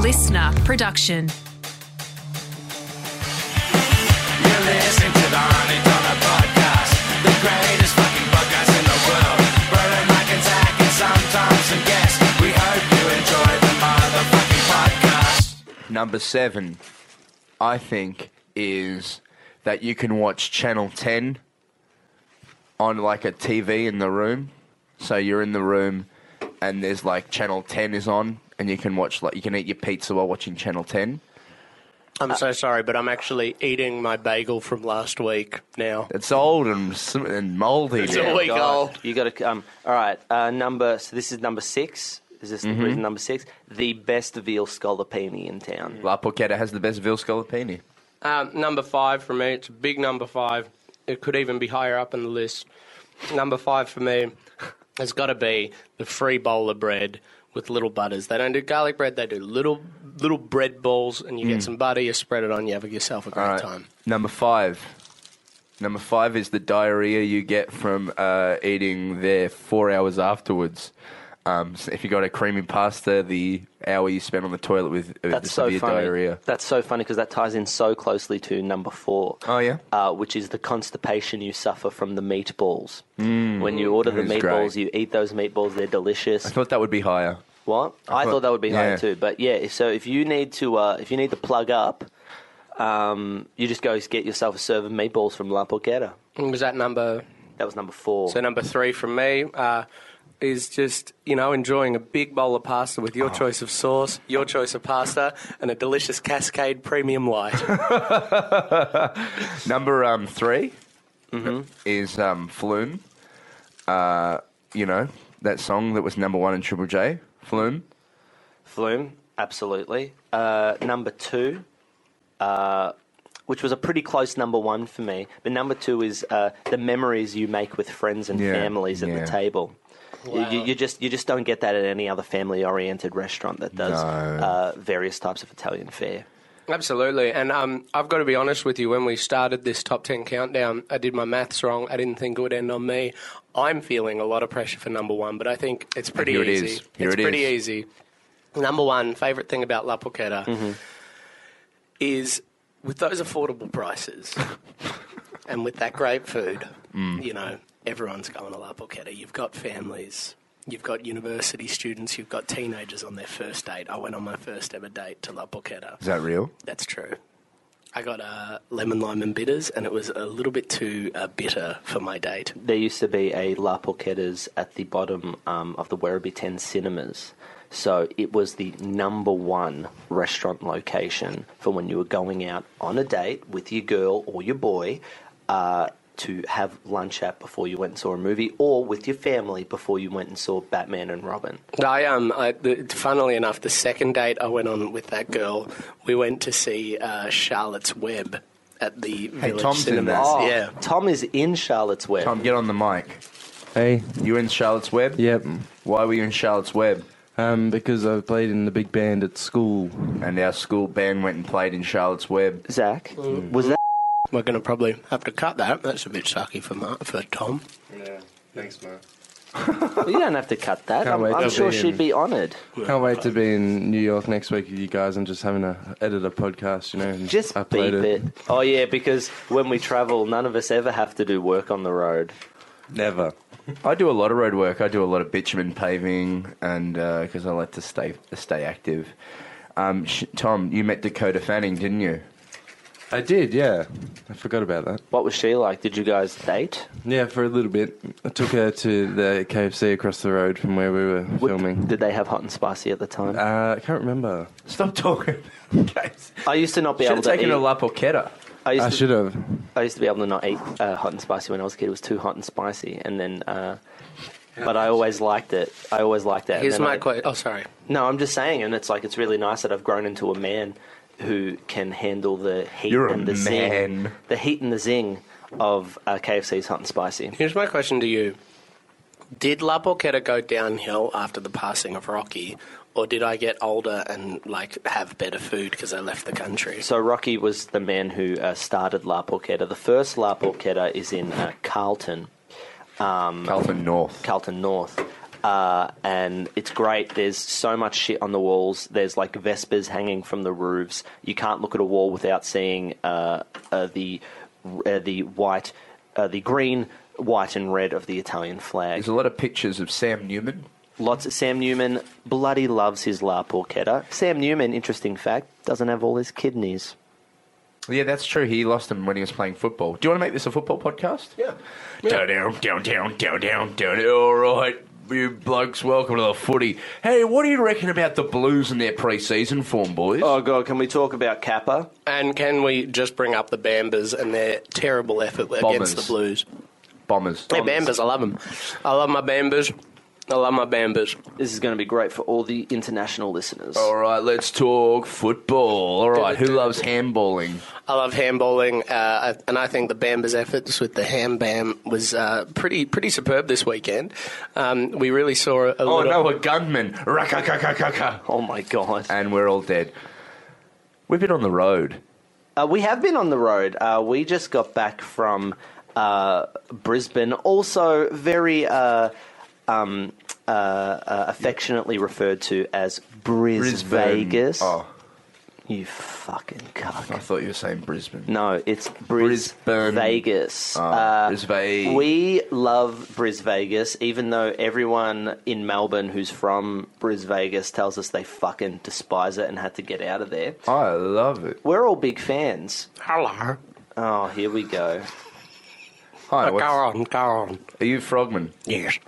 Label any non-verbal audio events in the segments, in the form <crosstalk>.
listener production. You listen to the Honey Dollar Podcast, the greatest fucking podcast in the world. Roland Mike and Zach and sometimes a guest. We hope you enjoy the motherfucking podcast. Number seven, I think, is that you can watch Channel 10 on like a TV in the room. So you're in the room and there's like Channel 10 is on and you can watch, like, you can eat your pizza while watching Channel 10. I'm so sorry, but I'm actually eating my bagel from last week now. It's old and, sm- and moldy. It's now. a week old. You got to. Um, all right. Uh, number. So this is number six. Is this Mm-hmm. the reason number six? The best veal scallopini in town. La Porchetta has the best veal scallopini. Um, number five for me. It's a big number five. It could even be higher up in the list. Number five for me has got to be the free bowl of bread with little butters. They don't do garlic bread. They do little little bread balls, and you get some butter. You spread it on. You have yourself a great All right. time. Number five. Number five is the diarrhea you get from uh, eating there four hours afterwards. Um, so if you got a creamy pasta, the hour you spend on the toilet with, with That's so severe funny. diarrhea. That's so funny because that ties in so closely to number four. Oh, yeah? uh, which is the constipation you suffer from the meatballs. when you order the Mm, that is meatballs, great. you eat those meatballs. They're delicious. I thought that would be higher. What? I, thought, thought- that would be higher yeah. too. But yeah, if- so if you need to, uh, if you need to plug up, um, you just go get yourself a serve of meatballs from La Porchetta. And Was that number That was number four. So number three from me uh, is just you know enjoying a big bowl of pasta with your choice of sauce, your choice of pasta, and a delicious Cascade Premium Light. Number um, 3 Mm-hmm. is um, Flume. Uh, you know, that song that was number one in Triple J, Flume. Flume, absolutely. Uh, number two, uh, which was a pretty close number one for me, but number two is uh, the memories you make with friends and Yeah, families at yeah. the table. You- You, you just you just don't get that at any other family-oriented restaurant that does No. uh, various types of Italian fare. Absolutely, and um, I've got to be honest with you. When we started this top ten countdown, I did my maths wrong. I didn't think it would end on me. I'm feeling a lot of pressure for number one, but I think it's pretty here it easy. is. Here it's it pretty is. easy. Number one favorite thing about La Porchetta Mm-hmm. is with those affordable <laughs> prices and with that great food. Mm. You know, everyone's going to La Porchetta. You've got families. You've got university students, you've got teenagers on their first date. I went on my first ever date to La Porchetta. Is that real? That's true. I got uh, lemon, lime, and bitters, and it was a little bit too uh, bitter for my date. There used to be a La Porchetta's at the bottom um, of the Werribee 10 cinemas. So it was the number one restaurant location for when you were going out on a date with your girl or your boy uh, to have lunch at before you went and saw a movie or with your family before you went and saw Batman and Robin. I um, I, the, funnily enough, the second date I went on with that girl, we went to see uh, Charlotte's Web at the Village Tom's in Cinemas. that. Oh. Yeah, Tom is in Charlotte's Web. Tom, get on the mic. Hey, You in Charlotte's Web? yep. Why were you in Charlotte's Web? Um, because I played in the big band at school. And our school band went and played in Charlotte's Web. Zach, Mm. was that we're going to probably have to cut that. That's a bit sucky for Mark, for Tom. you don't have to cut that. Can't I'm, wait I'm to sure see him. she'd be honoured. Can't wait to be in New York next week with you guys and just having a edit a podcast, you know. And Just upload beep it. Oh yeah, because when we travel, none of us ever have to do work on the road. Never. I do a lot of road work. I do a lot of bitumen paving, and because I like to stay stay active. Um, sh- Tom, you met Dakota Fanning, didn't you? I did, yeah. I forgot about that. What was she like? Did you guys date? Yeah, for a little bit. I took her to the KFC across the road from where we were What- filming. Did they have hot and spicy at the time? Uh, I can't remember. Stop talking. <laughs> I used to not be Should able have to taken eat. a La Porchetta. I, used I to, should have. I used to be able to not eat uh, hot and spicy when I was a kid. It was too hot and spicy, and then. Uh, but I always liked it. I always liked that. And Here's then my I- question. Oh, sorry. No, I'm just saying, and it's like it's really nice that I've grown into a man who can handle the heat You're a and the man. zing, the heat and the zing of uh, KFC's hot and spicy. Here's my question to you. Did La Porchetta go downhill after the passing of Rocky, or did I get older and like have better food because I left the country? So Rocky was the man who uh, started La Porchetta. The first La Porchetta is in uh, Carlton, Carlton North. Carlton North, Uh, and it's great. There's so much shit on the walls. There's like vespers hanging from the roofs. You can't look at a wall without seeing uh, uh, the uh, the white, uh, the green, white, and red of the Italian flag. There's a lot of pictures of Sam Newman. Lots of Sam Newman bloody loves his La Porchetta. Sam Newman, interesting fact, doesn't have all his kidneys. Yeah, that's true. He lost them when he was playing football. Do you want to make this a football podcast? Yeah. Down, down, down, down, down, down, down. All right, you blokes, welcome to the footy. Hey, what do you reckon about the Blues and their pre-season form, boys? Oh god, can we talk about Kappa? And can we just bring up the Bambas and their terrible effort Bombers. against the Blues? Bombers. Hey, Bambas, I love them. I love my Bambas. I love my Bambas. This is going to be great for all the international listeners. All right, let's talk football. All right, who loves handballing? I love handballing, uh, and I think the Bamba's efforts with the ham bam was uh, pretty pretty superb this weekend. Um, we really saw a, a Oh lot no, of a gunman! Ra-ka-ka-ka-ka-ka. Oh my god. And we're all dead. We've been on the road. Uh, we have been on the road. Uh, we just got back from uh, Brisbane, also very uh, um, uh, uh, affectionately referred to as Bris Vegas. Oh, You fucking I cuck. thought you were saying Brisbane. No, it's Bris Brisbane. Vegas. Uh, Ah, Bris Ve- We love Bris Vegas, even though everyone in Melbourne who's from Bris Vegas tells us they fucking despise it and had to get out of there. I love it. We're all big fans. hello. Oh, here we go. Hi, go Oh, what's, are on, go on. you Frogman? Yes.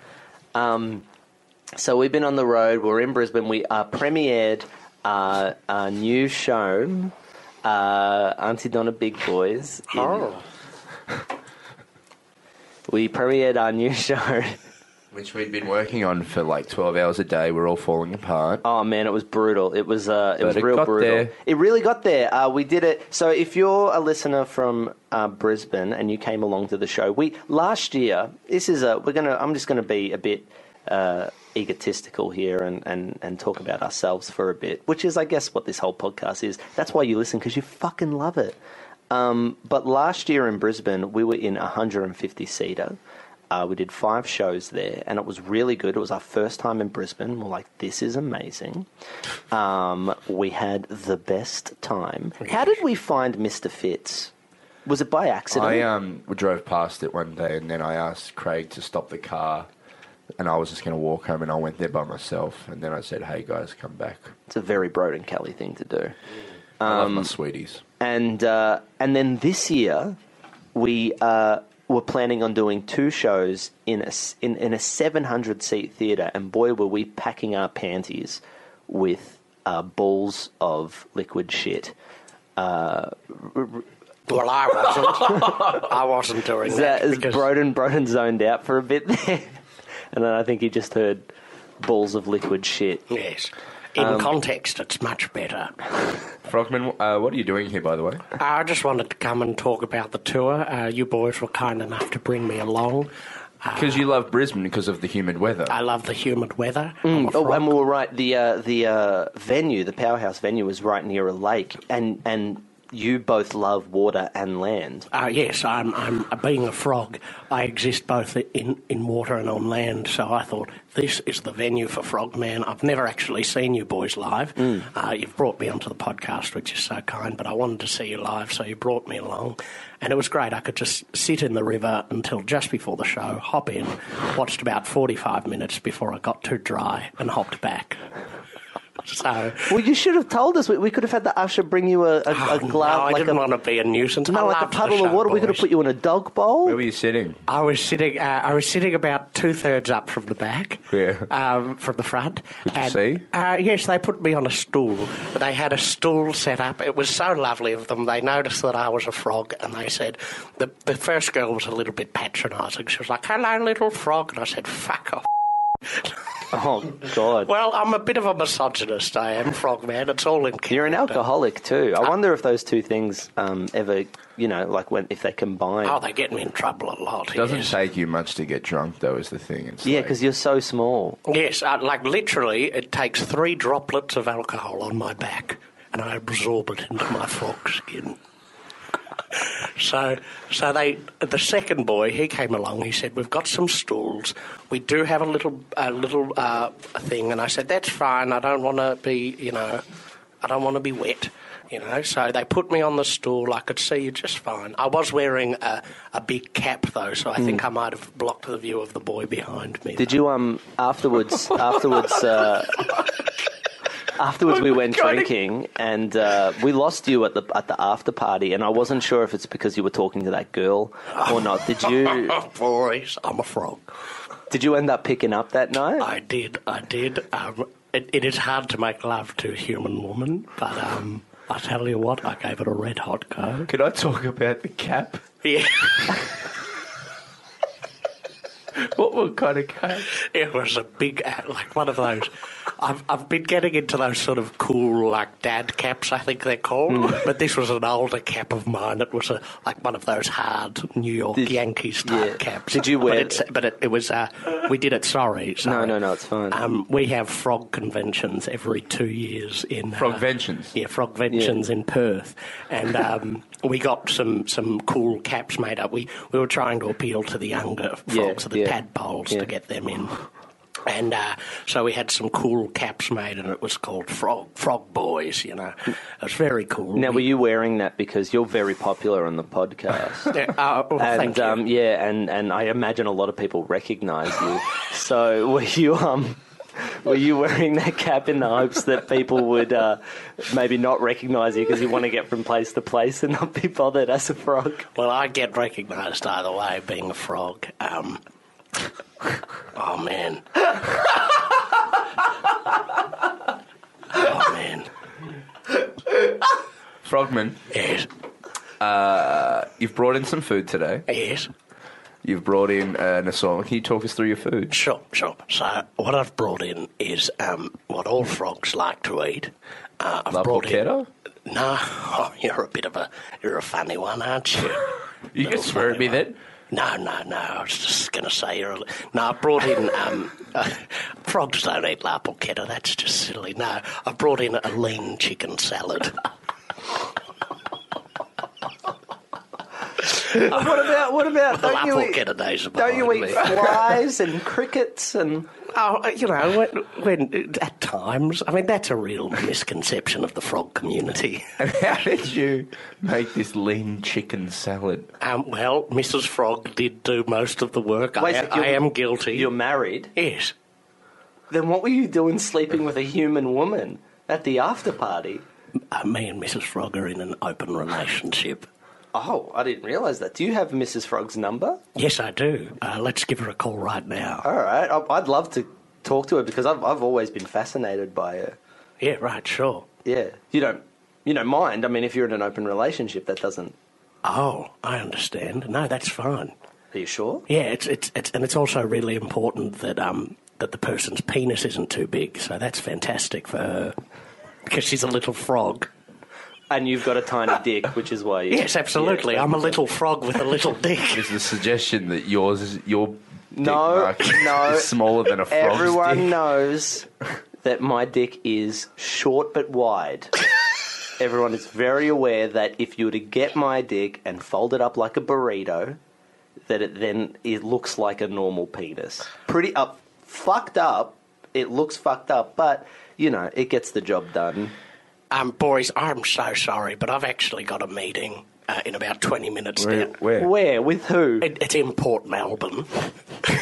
So we've been on the road. We're in Brisbane. We uh, premiered uh, our new show, uh, Auntie Donna Big Boys. in- Oh. We premiered our new <laughs> show. Which we'd been working on for like 12 hours a day. We're all falling apart. Oh man, it was brutal. It was uh, it But was it real got brutal. there. It really got there. Uh, we did it. So if you're a listener from uh, Brisbane and you came along to the show, we last year. This is a we're gonna. I'm just gonna be a bit uh, egotistical here and, and and talk about ourselves for a bit, which is I guess what this whole podcast is. That's why you listen because you fucking love it. Um, but last year in Brisbane, we were in a 150 seater. Uh, we did five shows there, and it was really good. It was our first time in Brisbane. We're like, this is amazing. Um, we had the best time. How did we find Mr. Fitz? Was it by accident? I um, drove past it one day and then I asked Craig to stop the car. And I was just going to walk home and I went there by myself. And then I said, hey guys, come back. It's a very Broden Kelly thing to do. I love my sweeties. and uh, and then this year we uh, were planning on doing two shows in a s- in, in a seven hundred seat theater, and boy were we packing our panties with uh, balls of liquid shit. Well, I <laughs> wasn't. I wasn't during Is that. that is because- Broden Broden zoned out for a bit there, <laughs> and then I think he just heard balls of liquid shit. Yes. In Um, context, it's much better. Frogman, uh, what are you doing here, by the way? I just wanted to come and talk about the tour. Uh, you boys were kind enough to bring me along. Because you love Brisbane because of the humid weather. I love the humid weather. Oh, and we were right. The uh, the uh, venue, the powerhouse venue, was right near a lake, and and you both love water and land. Uh, yes, I'm, I'm uh, being a frog. I exist both in, in water and on land, so I thought this is the venue for Frogman. I've never actually seen you boys live. Uh, you've brought me onto the podcast, which is so kind, but I wanted to see you live, so you brought me along. And it was great. I could just sit in the river until just before the show, hop in, watched about 45 minutes before I got too dry and hopped back. <laughs> So. Well, you should have told us. We, we could have had the usher bring you a, a, a Oh, glass, no, I like didn't a want to be a nuisance. I no, like a loved the puddle of show, water. We could have boys. put you in a dog bowl. Where were you sitting? I was sitting. Uh, I was sitting about two thirds up from the back. Yeah. Um, from the front. Could you see? Uh, yes, they put me on a stool. They had a stool set up. It was so lovely of them. They noticed that I was a frog, and they said the the first girl was a little bit patronising. She was like, "Hello, little frog," and I said, "Fuck off." Oh God, Well, I'm a bit of a misogynist. I am frog man. It's all in. you're an alcoholic too. Ah. I wonder if those two things um, ever, you know, like when if they combine. Oh, they get me in trouble a lot. Doesn't yes. take you much to get drunk, though, is the thing. It's yeah, like- because you're so small. Yes, uh, like literally, it takes three droplets of alcohol on my back, and I absorb it into my frog skin. So, so they, the second boy, he came along. He said, "We've got some stools. We do have a little, a little uh, thing." And I said, "That's fine. I don't want to be, you know, I don't want to be wet." You know, so they put me on the stool. I could see you just fine. I was wearing a, a big cap though, so I think I might have blocked the view of the boy behind me. Hmm. Did you um <laughs> afterwards afterwards uh, afterwards we went drinking and uh, we lost you at the at the after party and I wasn't sure if it's because you were talking to that girl or not. Did <laughs> you Oh, boys, I'm a frog. did you end up picking up that night? I did. I did. Um, it, it is hard to make love to a human woman, but um, I tell you what, I gave it a red hot go. Could I talk about the cap? Yeah, <laughs> What, what kind of cap? it was a big, uh, like one of those. I've, I've been getting into those sort of cool, like dad caps, I think they're called. Hmm. <laughs> But this was an older cap of mine. It was a, like one of those hard New York Did- Yankees type yeah. caps. Did you wear- But, it's, but it, it was. Uh, we did it. Sorry, no, sorry. no, no, it's fine. Um, we have frog conventions every two years in uh, Frogventions? yeah, frogventions in Perth, and um, we got some some cool caps made up. We we were trying to appeal to the younger frogs, Yeah, the yeah. tadpoles, Yeah. to get them in. And uh, so we had some cool caps made, and it was called Frog Frog Boys. You know, it was very cool. now were we, you wearing that because you're very popular on the podcast? Yeah, oh, <laughs> well, and thank you. um, yeah, and, and I imagine a lot of people recognise you. so <laughs> were you um, were you wearing that cap in the hopes that people would uh, maybe not recognise you because you want to get from place to place and not be bothered as a frog? Well, I get recognised either way, being a frog. Um, oh man. oh man. Frogman, Yes. you've brought in some food today. Yes. You've brought in uh, an assortment. Can you talk us through your food? Sure, sure. So what I've brought in is um, what all frogs like to eat. Uh, I've La brought porchetta? in. No, oh, <laughs> you're a bit of a you're a funny one, aren't you? You can Little swear at funny me one. then. <laughs> No, no, no. I was just going to say you're. A, li- no, I brought in. Um, frogs don't eat la porchetta. That's just silly. No, I brought in a lean chicken salad. What about what about la porchetta days of my life, man. flies and crickets and <laughs> Oh, uh, you know, when, when at times, I mean, that's a real misconception of the frog community. <laughs> And how did you make this lean chicken salad? Um, well, Mrs. Frog did do most of the work. Wait, I, so you're- I am guilty. you're married? yes. Then what were you doing sleeping with a human woman at the after party? Uh, me and Mrs. Frog are in an open relationship. Oh, I didn't realise that. Do you have Mrs. Frog's number? Yes, I do. Uh, let's give her a call right now. All right, I- I'd love to talk to her because I've I've always been fascinated by her. Yeah, right, sure. Yeah, you don't you don't mind. I mean, if you're in an open relationship, that doesn't. Oh, I understand. No, that's fine. Are you sure? Yeah, it's, it's, it's, and it's also really important that, um, that the person's penis isn't too big, so that's fantastic for her. Because she's a little frog. And you've got a tiny dick, which is why. You, Yes, absolutely. Yeah, I'm a little frog with a little <laughs> dick. Is the suggestion that yours is your dick No, mark no. <laughs> is smaller than a frog's Everyone dick? knows that my dick is short but wide. Everyone is very aware that if you were to get my dick and fold it up like a burrito, that it then it looks like a normal penis. Pretty up, fucked up. It looks fucked up, but you know it gets the job done. Um, boys, I'm so sorry, but I've actually got a meeting uh, in about 20 minutes now. Where? Where with who? It, it's in Port Melbourne. <laughs>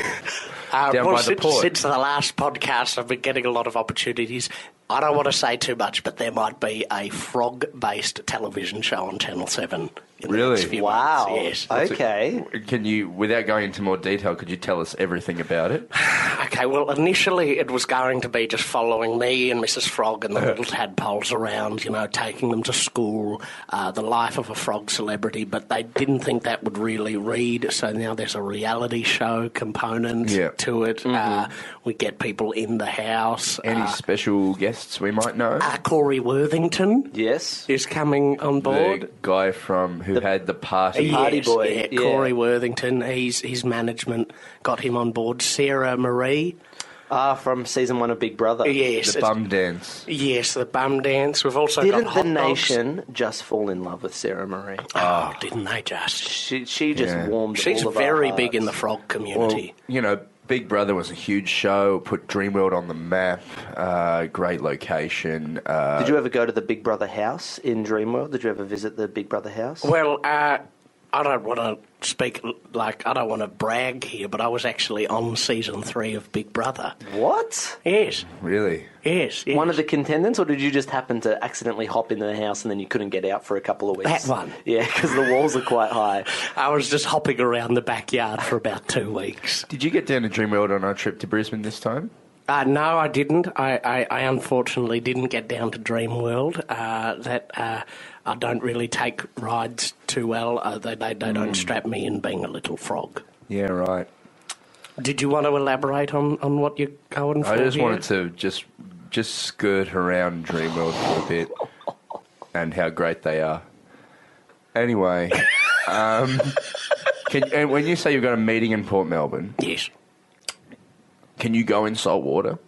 Uh, Down well, by the since, port. since the last podcast, I've been getting a lot of opportunities. I don't want to say too much, but there might be a frog-based television show on Channel Seven. In the Really? next few Wow. months, Yes. Okay. Can you, without going into more detail, could you tell us everything about it? Okay. Well, initially it was going to be just following me and Mrs. Frog Uh-huh. and the little tadpoles around, you know, taking them to school, uh, the life of a frog celebrity. But they didn't think that would really read, so now there's a reality show component Yeah. to it. Uh, we get people in the house. Any uh, special guests we might know? uh, Corey Worthington yes. is coming the on board. guy from who had the party. Party Yes, boy, yeah, yeah. Corey Worthington. He's his management got him on board. Sarah Marie. Ah, from season one of Big Brother. The Yes, it's- bum dance. yes, the bum dance. We've also got Didn't the hot dogs. nation just fall in love with Sarah Marie? Oh, didn't they just? She, she just Yeah. warmed. She's all of very our big in the hearts. frog Well, community. you know, Big Brother was a huge show. Put Dreamworld on the map. Uh, great location. Uh, Did you ever go to the Big Brother house in Dreamworld? Did you ever visit the Big Brother house? Well, uh, I don't want to speak l- like I don't want to brag here, but I was actually on season three of Big Brother. what? Yes, really? yes, yes. One of the contendants, or did you just happen to accidentally hop into the house and then you couldn't get out for a couple of weeks? That one. Yeah, because the walls are quite high. I was just hopping around the backyard for about two weeks. Did you get down to Dreamworld on our trip to Brisbane this time? Uh, no, I didn't. I, I, I unfortunately didn't get down to Dream World. Uh, that uh, I don't really take rides too well. Uh, they they, they don't strap me in being a little frog. Yeah, right. Did you want to elaborate on, on what you're going for? I just here? wanted to just just skirt around Dreamworld for a <laughs> bit and how great they are. Anyway, <laughs> um, can, and when you say you've got a meeting in Port Melbourne, Yes. can you go in salt water?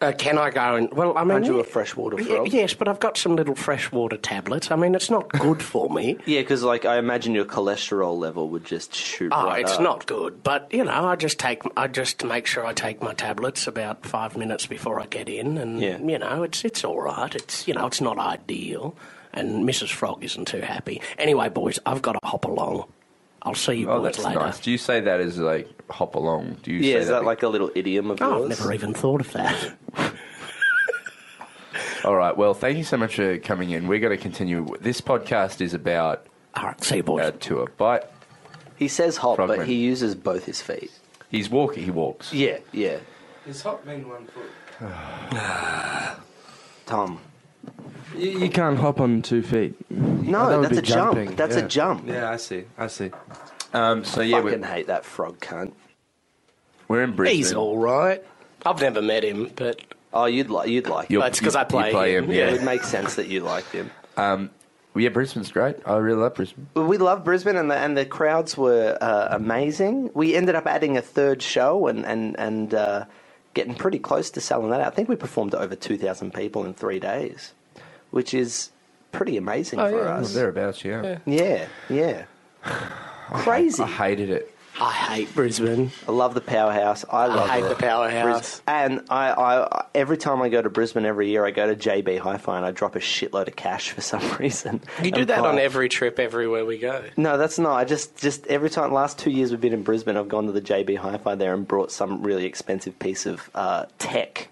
Uh, can I go and? Well, I mean, Aren't you a freshwater y- frog? yes, but I've got some little freshwater tablets. I mean, it's not good for me. Yeah, because like I imagine your cholesterol level would just shoot. Oh, right it's up. not good, but you know, I just take, I just make sure I take my tablets about five minutes before I get in, and Yeah. you know, it's it's all right. It's you know, it's not ideal, and Mrs. Frog isn't too happy. Anyway, boys, I've got to hop along. I'll see you Oh, boys that's later. nice. Do you say that as like hop along? Do you? Yeah, say is that that like a little idiom of Oh, I've yours? never even thought of that. All right. Well, thank you so much for coming in. We're going to continue. This podcast is about all right, see you boys. our tour. But He says hop, Frogman. but he uses both his feet. he's walking. He walks. Yeah, yeah. Is hop mean one foot? Tom. You, you can't hop on two feet. No, That would that's be a jump. jumping, That's yeah. a jump. Yeah, I see. I see. Um, so yeah, Fucking we're, hate that frog cunt. we're in Brisbane. He's all right. I've never met him, but Oh, you'd like you'd like. You'll- him. that's because you- I play, you play him, yeah. It would make sense that you liked him. Well, yeah, Brisbane's great. I really love Brisbane. Well, We love Brisbane, and the, and the crowds were uh, amazing. We ended up adding a third show and and and uh, getting pretty close to selling that out. I think we performed to over two thousand people in three days, which is pretty amazing for Oh, us. thereabouts. Yeah. Yeah, yeah. <sighs> Crazy. I hated it. I hate Brisbane. I love the powerhouse. I love hate it. the powerhouse. Bris- And I, I, every time I go to Brisbane every year, I go to JB Hi-Fi and I drop a shitload of cash for some <laughs> reason. You do And that buy- on every trip, everywhere we go. No, that's not. I just, just every time. Last two years we've been in Brisbane, I've gone to the JB Hi-Fi there and brought some really expensive piece of uh, tech.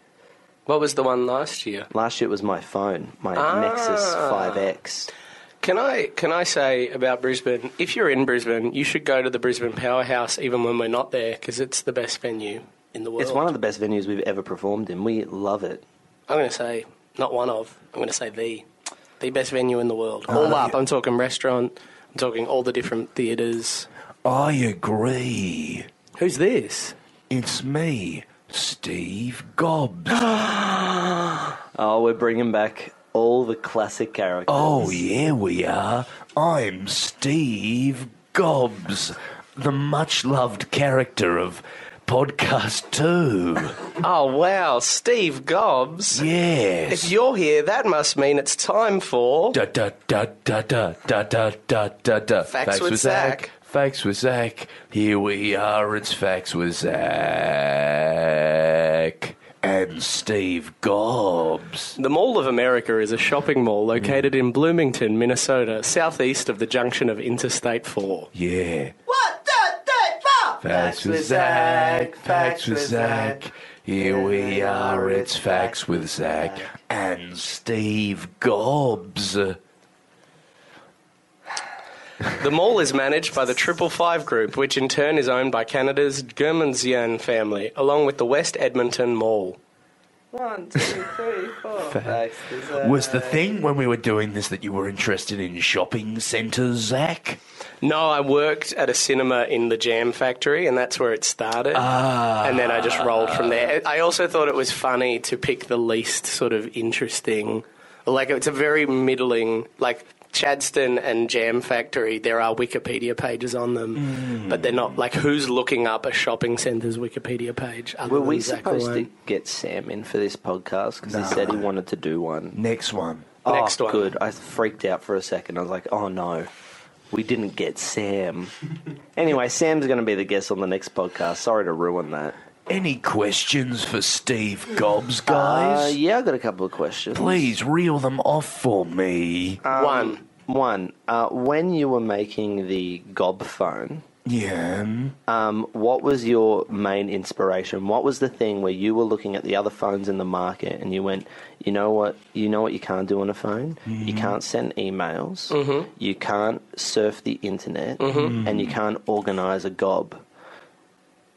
What was the one last year? Last year it was my phone, my Ah. Nexus 5X. Can I can I say about Brisbane? If you're in Brisbane, you should go to the Brisbane Powerhouse, even when we're not there, because it's the best venue in the world. It's one of the best venues we've ever performed in. We love it. I'm going to say not one of. I'm going to say the the best venue in the world. Ah, all up. I'm talking restaurant. I'm talking all the different theatres. I agree. Who's this? It's me, Steve Gobbs. Oh, we're bringing back all the classic characters. yeah, we are. I'm Steve Gobbs, the much loved character of podcast two. Oh wow, Steve Gobbs. If Yes. you're here, that must mean it's time for. Da da da da da da da da da da. Facts with Zach. Facts with Zach. Here we are. It's Facts with Zach and Steve Gobbs. The Mall of America is a shopping mall located in Bloomington, Minnesota, southeast of the junction of Interstate 4. Yeah. Facts with Zach. Facts with Zach. Here we are. It's Facts with Zach and Steve Gobbs. The mall is managed by the Triple Five Group, which in turn is owned by Canada's Germanzian family, along with the West Edmonton Mall. One, two, three, four. Facts. Was the thing when we were doing this that you were interested in shopping centres, Zach? No, I worked at a cinema in the Jam Factory, and that's where it started. And then I just rolled from there. I also thought it was funny to pick the least sort of interesting, like it's a very middling, like Chadston and Jam Factory, there are Wikipedia pages on them, but they're not like who's looking up a shopping centre's Wikipedia page. Other Were than we Zach supposed to Alone? get Sam in for this podcast? Because he said he wanted to do one. Next one. Next oh, one. good. I freaked out for a second. I was like, oh no, we didn't <laughs> get Sam. anyway, Sam's going to be the guest on the next podcast. Sorry to ruin that. Any questions for Steve Gobbs, Uh, yeah, I got a couple of questions. reel them off for me. One, One, uh, when you were making the gob phone, yeah. um, what was your main inspiration? What was the thing where you were looking at the other phones in the market and you went, you know what, you know what you can't do on a phone? You Mm-hmm. can't send emails, Mm-hmm. you can't surf the internet, Mm-hmm. and you can't organize a gob.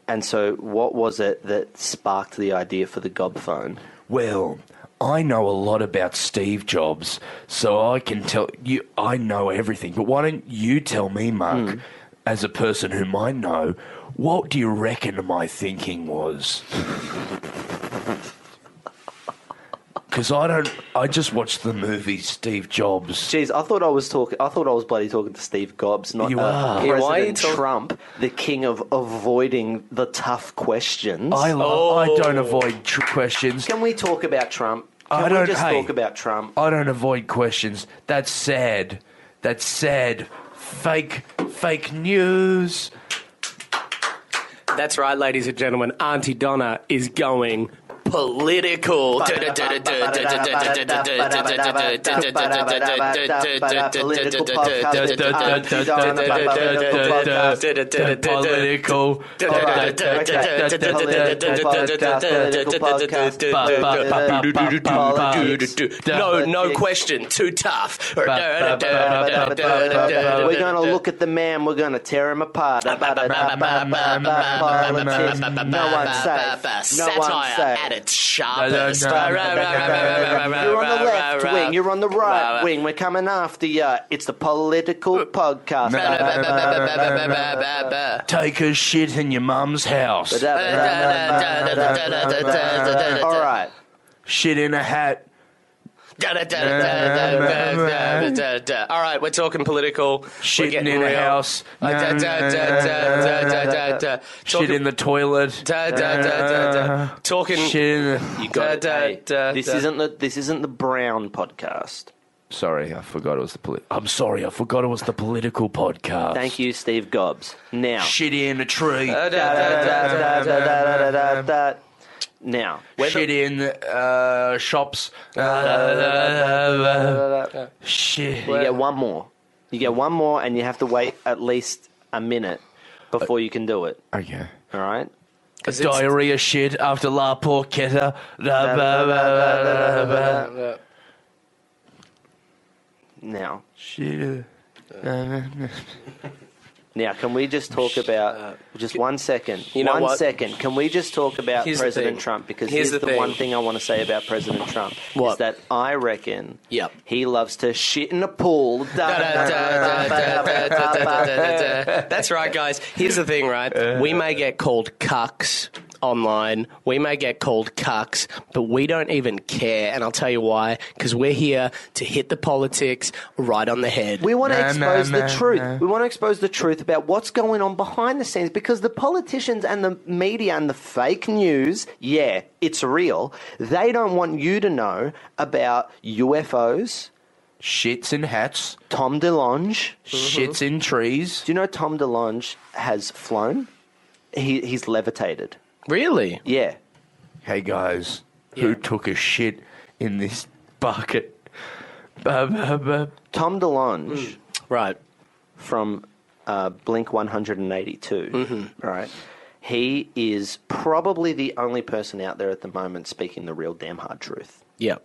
And so, what was it that sparked the idea for the gob phone? Well, I know a lot about Steve Jobs, so I can tell you I know everything. But why don't you tell me, Mark, as a person whom I know, what do you reckon my thinking was? <laughs> Because I don't. I just watched the movie Steve Jobs. Jeez, I thought I was talking. I thought I was bloody talking to Steve Gobbs, not You uh, are. Yeah, President why are you talk- Trump, the king of avoiding the tough questions. I love. I don't avoid tr- questions. Can we talk about Trump? Can I don't- we just hey. talk about Trump? I don't avoid questions. That's sad. That's sad. Fake, fake news. that's right, ladies and gentlemen. Auntie Donna is going <laughs> political. Political. No, no question. Too tough. We're going to look at the man. We're going to tear him apart. Politics. No one's safe. No one's Satire at safe. its sharpest. No, no, no, You're on the left wing. You're on the right wing. We're coming after you. It's the political podcast. Take a shit in your mum's house. All right. Shit in a hat. All right, we're talking political. Shitting in a house. Shit in the toilet. Talking. Shit in the. You got Da, it. da, da, Hey, This da. isn't the this isn't the Brown podcast. Sorry, I forgot it was the polit. I'm sorry, I forgot it was the political podcast. Thank you, Uh, Steve Gobbs. Now, Shit in a tree. now, shit in uh, shops. shit. you get one more. You get one more, and you have to wait at least a minute before you can do it. Okay. All right. Diarrhea shit after La Porchetta. Now, Shit. now, can we just talk about just one second? uh, You know One what? second. Can we just talk about Here's the President thing. Trump? Because Here's here's, the the, thing. one thing I want to say about President Trump What? is that I reckon Yep. he loves to shit in a pool. That's right, guys. Here's the thing, right? We may get called cucks online. We may get called cucks, but we don't even care. And I'll tell you why. Because we're here to hit the politics right on the head. We want to Nah, expose nah, the nah, truth. nah. We want to expose the truth about what's going on behind the scenes because the politicians and the media and the fake news, yeah, it's real. They don't want you to know about UFOs, Shits in hats. Tom DeLonge. Shits in trees. Do you know Tom DeLonge has flown? He, he's levitated. really? Yeah. Hey guys, who took a shit in this bucket? Ba, ba, ba. Tom DeLonge Hmm. Right. from uh, Blink 182, Mm-hmm. right? He is probably the only person out there at the moment speaking the real damn hard truth. Yeah.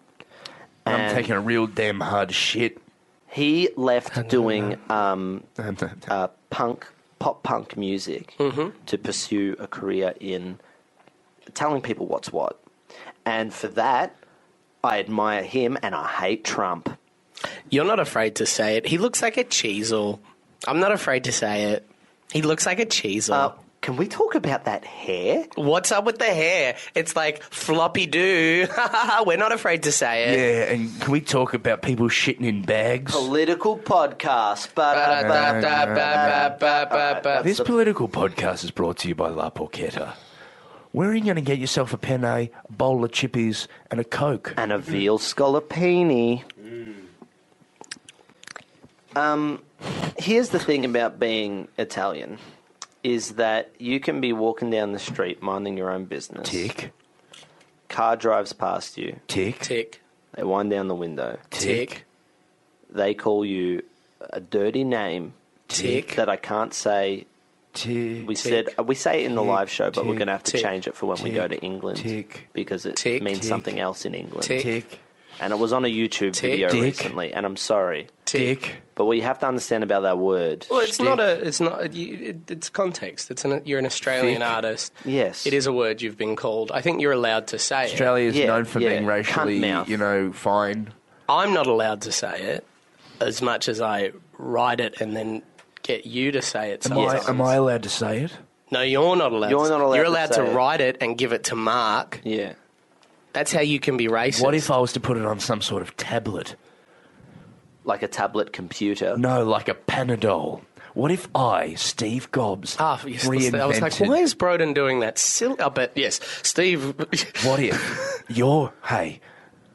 I'm And- taking a real damn hard shit. He <laughs> left doing um, uh, punk, pop punk music Mm-hmm. to pursue a career in telling people what's what. And for that, I admire him and I hate Trump. You're not afraid to Oh. say it. He looks like a cheesel. I'm not afraid to say it. He looks like a cheesel. Uh, Can we talk about that hair? What's up with the hair? It's like floppy do. <laughs> We're not afraid to say it. Yeah, and can we talk about people shitting in bags? Political podcast. Ba-da-ba-ba-ba-ba-ba. This political podcast is brought to you by La Porchetta. Where are you going to get yourself a penne, a bowl of chippies, and a Coke? and a veal scallopini. Um, here's the thing about being Italian is that you can be walking down the street minding your own business. Tick, Car drives past you. tick, Tick, They wind down the window. tick, They call you a dirty name tick. that I can't say. tick. We said uh, we say it in the Tick, live show, but we're tick, going to have to tick, change it for when we go to tick, England tick, because it tick, means tick, something else in England. tick, tick, And it was on a YouTube Tick, video tick. recently, and I'm sorry. tick. But what you have to understand about that word, Well, it's not a. It's not. you- it- It's context. It's an. You're an Australian Thick. artist. Yes. It is a word you've been called. I think you're allowed to say it. Australia is Yeah, known for yeah, being cunt racially, mouth. you know, fine. I'm not allowed to say it, as much as I write it and then get you to say it. Am, Sometimes. I, am I allowed to say it? No, you're not allowed. You're to- not allowed You're to allowed to, say it. write it and give it to Mark. yeah, That's how you can be racist. What if I was to put it on some sort of tablet? like a tablet computer. No, like a Panadol. What if I, Steve Gobbs, Ah, yes, I was like, reinvented- why is Broden doing that? Silly. I bet yes, Steve. What if <laughs> you're, hey,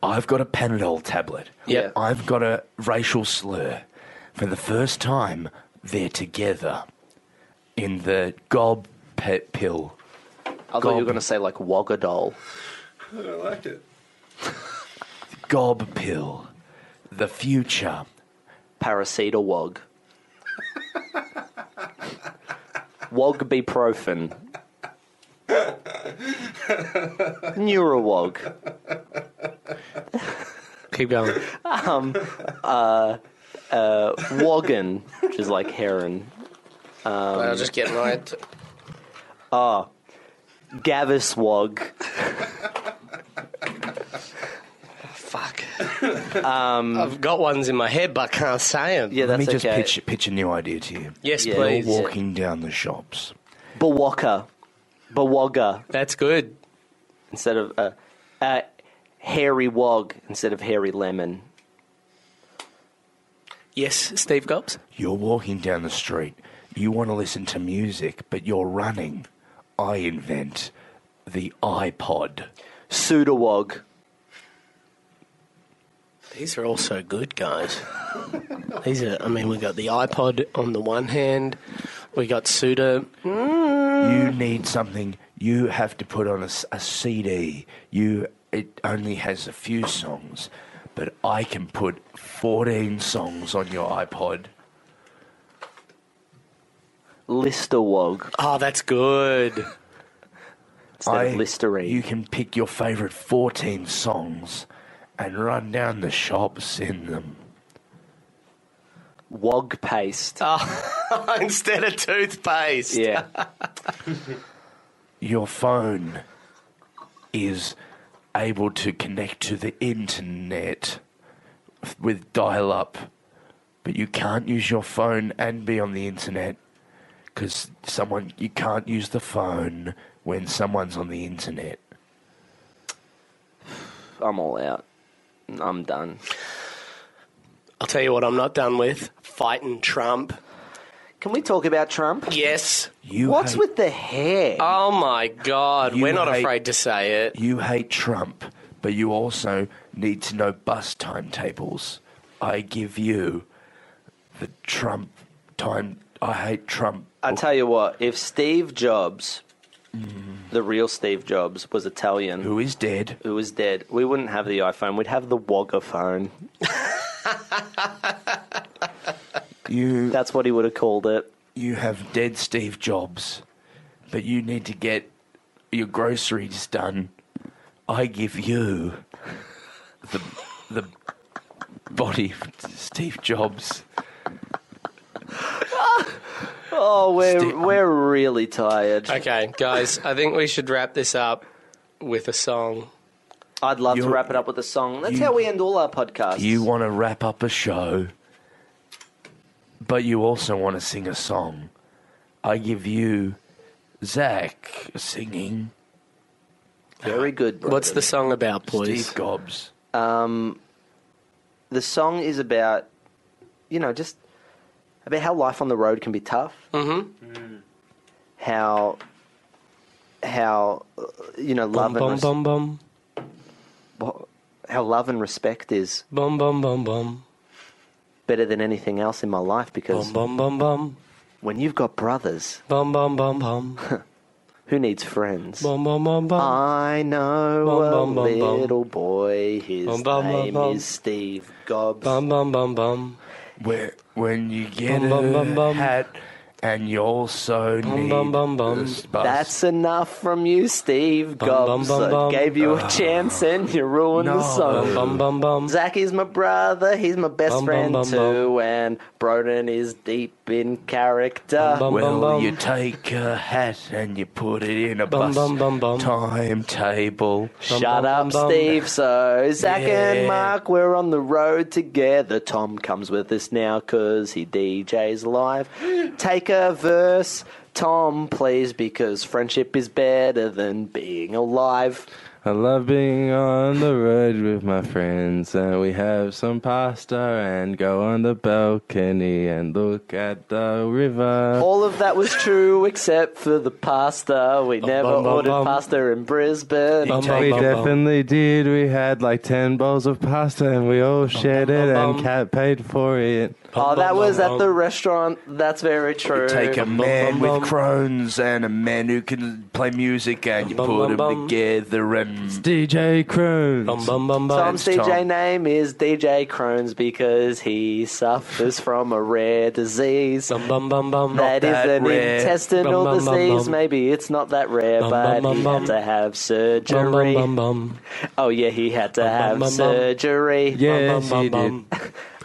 I've got a Panadol tablet. Yeah. I've got a racial slur. For the first time, they're together in the gob pet pill. I thought you were going to say like Wogadol. I like it. Gob pill. The future. <laughs> Paracetamol wog. wog buprofen. Neurowog. Keep going. Wogan, which is like heron. I'll just get my. Gaviswog. <laughs> Fuck. Um, I've got ones in my head, but I can't say them. Yeah, Let me that's just okay. pitch, pitch a new idea to you. Yes, Yeah. please. You're walking down the shops. Bawaka. Bawaga That's good. instead of uh, uh, hairy wog instead of hairy lemon. Yes, Steve Gobbs. You're walking down the street. You want to listen to music, but you're running. I invent the iPod. Sudawog. These are all so good, guys. These are. I mean, we got the iPod on the one hand. We got Suda. Mm. You need something. You have to put on a, s- a CD. You it only has a few songs, but I can put 14 songs on your iPod. Listerwog Oh, that's <laughs> good. instead I, of Listerine. You can pick your favorite 14 songs and run down the shops in them. Wog paste. Oh, <laughs> Instead of toothpaste. yeah. Your phone is able to connect to the internet with dial up, but you can't use your phone and be on the internet because someone you can't use the phone when someone's on the internet. I'm all out. I'm done. I'll tell you what. I'm not done with fighting Trump. Can we talk about Trump? Yes. You What's hate, with the hair? Oh my God. You We're not hate- afraid to say it. you hate Trump, but you also need to know bus timetables. I give you the Trump time. I hate Trump. I tell you what, if Steve Jobs, the real Steve Jobs, was Italian, who is dead? who was dead, we wouldn't have the iPhone. We'd have the Wogger phone. You That's what he would have called it. you have dead Steve Jobs, but you need to get your groceries done. I give you the the body of Steve Jobs. Oh, we're Steve- we're really tired. Okay, guys. I think we should wrap this up with a song. I'd love to You're- wrap it up with a song. That's you- how we end all our podcasts. You want to wrap up a show, but you also want to sing a song. I give you Zach singing Very good. Bro. Um, What's the song about, boys? Steve Gobbs. the song is about you know just about how life on the road can be tough mm-hmm. how how uh, you know love Bum bum and bum bum res- how love and respect is bum bum bum bum better than anything else in my life because bum bum bum bum when you've got brothers bum bum bum bum <laughs> who needs friends bum bum bum bum. I know Bum, a bum, bum, bum. little boy. His Bum, bum, bum, name bum. is Steve Gobbs. Bum bum bum bum. Where when you get Bum, bum, a bum, bum. hat and you also Bum, need bum, bum, bum. this bus. That's enough from you, Steve Bum, Gobbs. bum, bum, bum. I gave you a chance and you ruined the No. song. Bum bum bum bum. Zach is my brother, he's my best Bum, bum, friend bum, too, and Broden is deep in character. Bum, well, bum, bum. you take a hat and you put it in a Bum, bus bum, bum, bum. timetable. Shut bum, up, bum, bum. Steve. So, Zach Yeah. and Mark, we're on the road together. Tom comes with us now because he DJs live. Take a verse, Tom, please, because friendship is better than being alive. I love being on the road with my friends, and we have some pasta and go on the balcony and look at the river. All of that was true except for the pasta. We never bum, bum, ordered bum. pasta in Brisbane. Bum, bum, we bum, bum. definitely did. We had like 10 bowls of pasta and we all shared bum, it, bum. and Kat paid for it. Oh, Bum, that bum, was bum, at the bum. restaurant. That's very true. Take a man bum, bum. with crones and a man who can play music, and you Bum, put bum, them bum. together and DJ Bum Croons. bum bum bum. Tom's DJ Tom. name is DJ Crohn's because he suffers from a rare disease. Bum bum bum bum. that is that an rare. intestinal Bum, bum, bum, disease. bum. Maybe it's not that rare, Bum, but bum, bum, he bum. had to have surgery. Bum bum bum bum. Oh yeah, he had to Bum, bum, have bum, bum. surgery. Yes, bum, he did. bum, bum.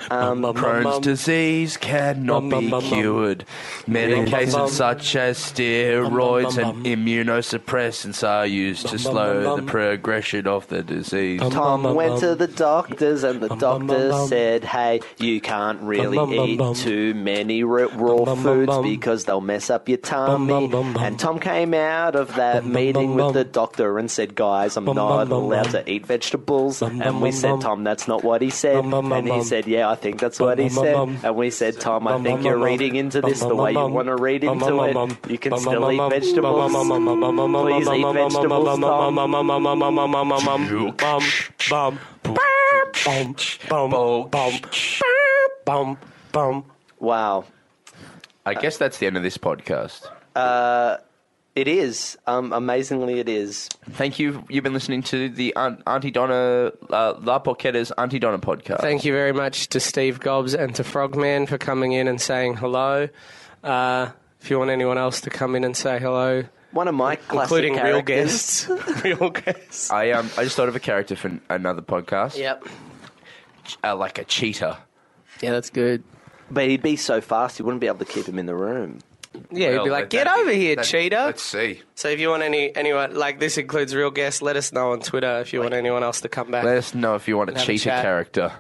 Bum, bum, Crohn's bum. disease cannot Bum, bum, be bum, bum. cured. Medications bum. such as steroids Bum, bum, and bum, immunosuppressants are used Bum, to bum, slow bum, bum. the progression of the disease. Bum, Tom bum, went bum. to the doctors, and the Bum, bum, doctor bum, bum. said, "Hey, you can't really bum, bum, eat bum. too many r- raw bum, bum, foods bum. because they'll mess up your Bum, tummy." bum, bum, bum. And Tom came out of that Bum, bum, meeting bum, with bum. the doctor and said, "Guys, I'm Bum, bum, not bum, allowed bum. to eat vegetables." Bum, and bum, we bum, said, bum. "Tom, that's not what he said." Bum, bum, bum, and he bum. said, "Yeah, I think that's Bum, what he bum, bum, said." bum. And we said, "Tom, I Bum, think bum, you're bum, bum. reading into Bum, this bum, the bum, way you bum. want to read Bum, into bum, bum, it. bum. You can Bum, bum, still bum, eat bum. Bum, vegetables." bum, bum, bum, bum, bum, Please bum, bum, eat bum, bum, vegetables, bum, bum, Tom. bum, bum, bum, bum, bum, bum, bum, bum, bum, bum, bum, bum, bum, bum, bum. Wow. I guess that's the end of this podcast. It is. Um, amazingly, it is. Thank you. You've been listening to the Aunt, Auntie Donna, uh, La Porchetta's Auntie Donna podcast. Thank you very much to Steve Gobbs and to Frogman for coming in and saying hello. Uh, if you want anyone else to come in and say hello, One of my classic including real characters. guests, <laughs> real guests. I um I just thought of a character for n- another podcast. Yep. Uh, like a cheetah. Yeah, that's good. But he'd be so fast, you wouldn't be able to keep him in the room. Yeah, he'd be Well, that'd like, "Get be- over here, that'd- cheetah." Let's see. So if you want any anyone like this includes real guests, let us know on Twitter if you want anyone else to come Let back. us know if you want a have a cheetah chat. character.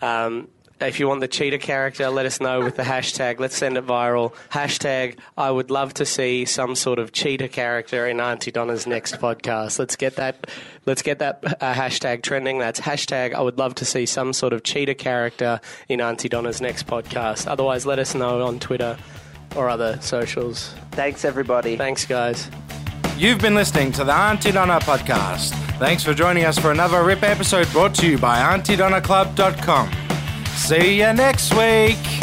Um, if you want the cheetah character, let us know with the hashtag. Let's send it viral. Hashtag I would love to see some sort of cheetah character in Auntie Donna's next podcast. Let's get that. Let's get that uh, hashtag trending. That's hashtag I would love to see some sort of cheetah character in Auntie Donna's next podcast. Otherwise, let us know on Twitter or other socials. Thanks, everybody. Thanks, guys. You've been listening to the Auntie Donna podcast. Thanks for joining us for another RIP episode brought to you by AuntieDonnaClub.com. See you next week.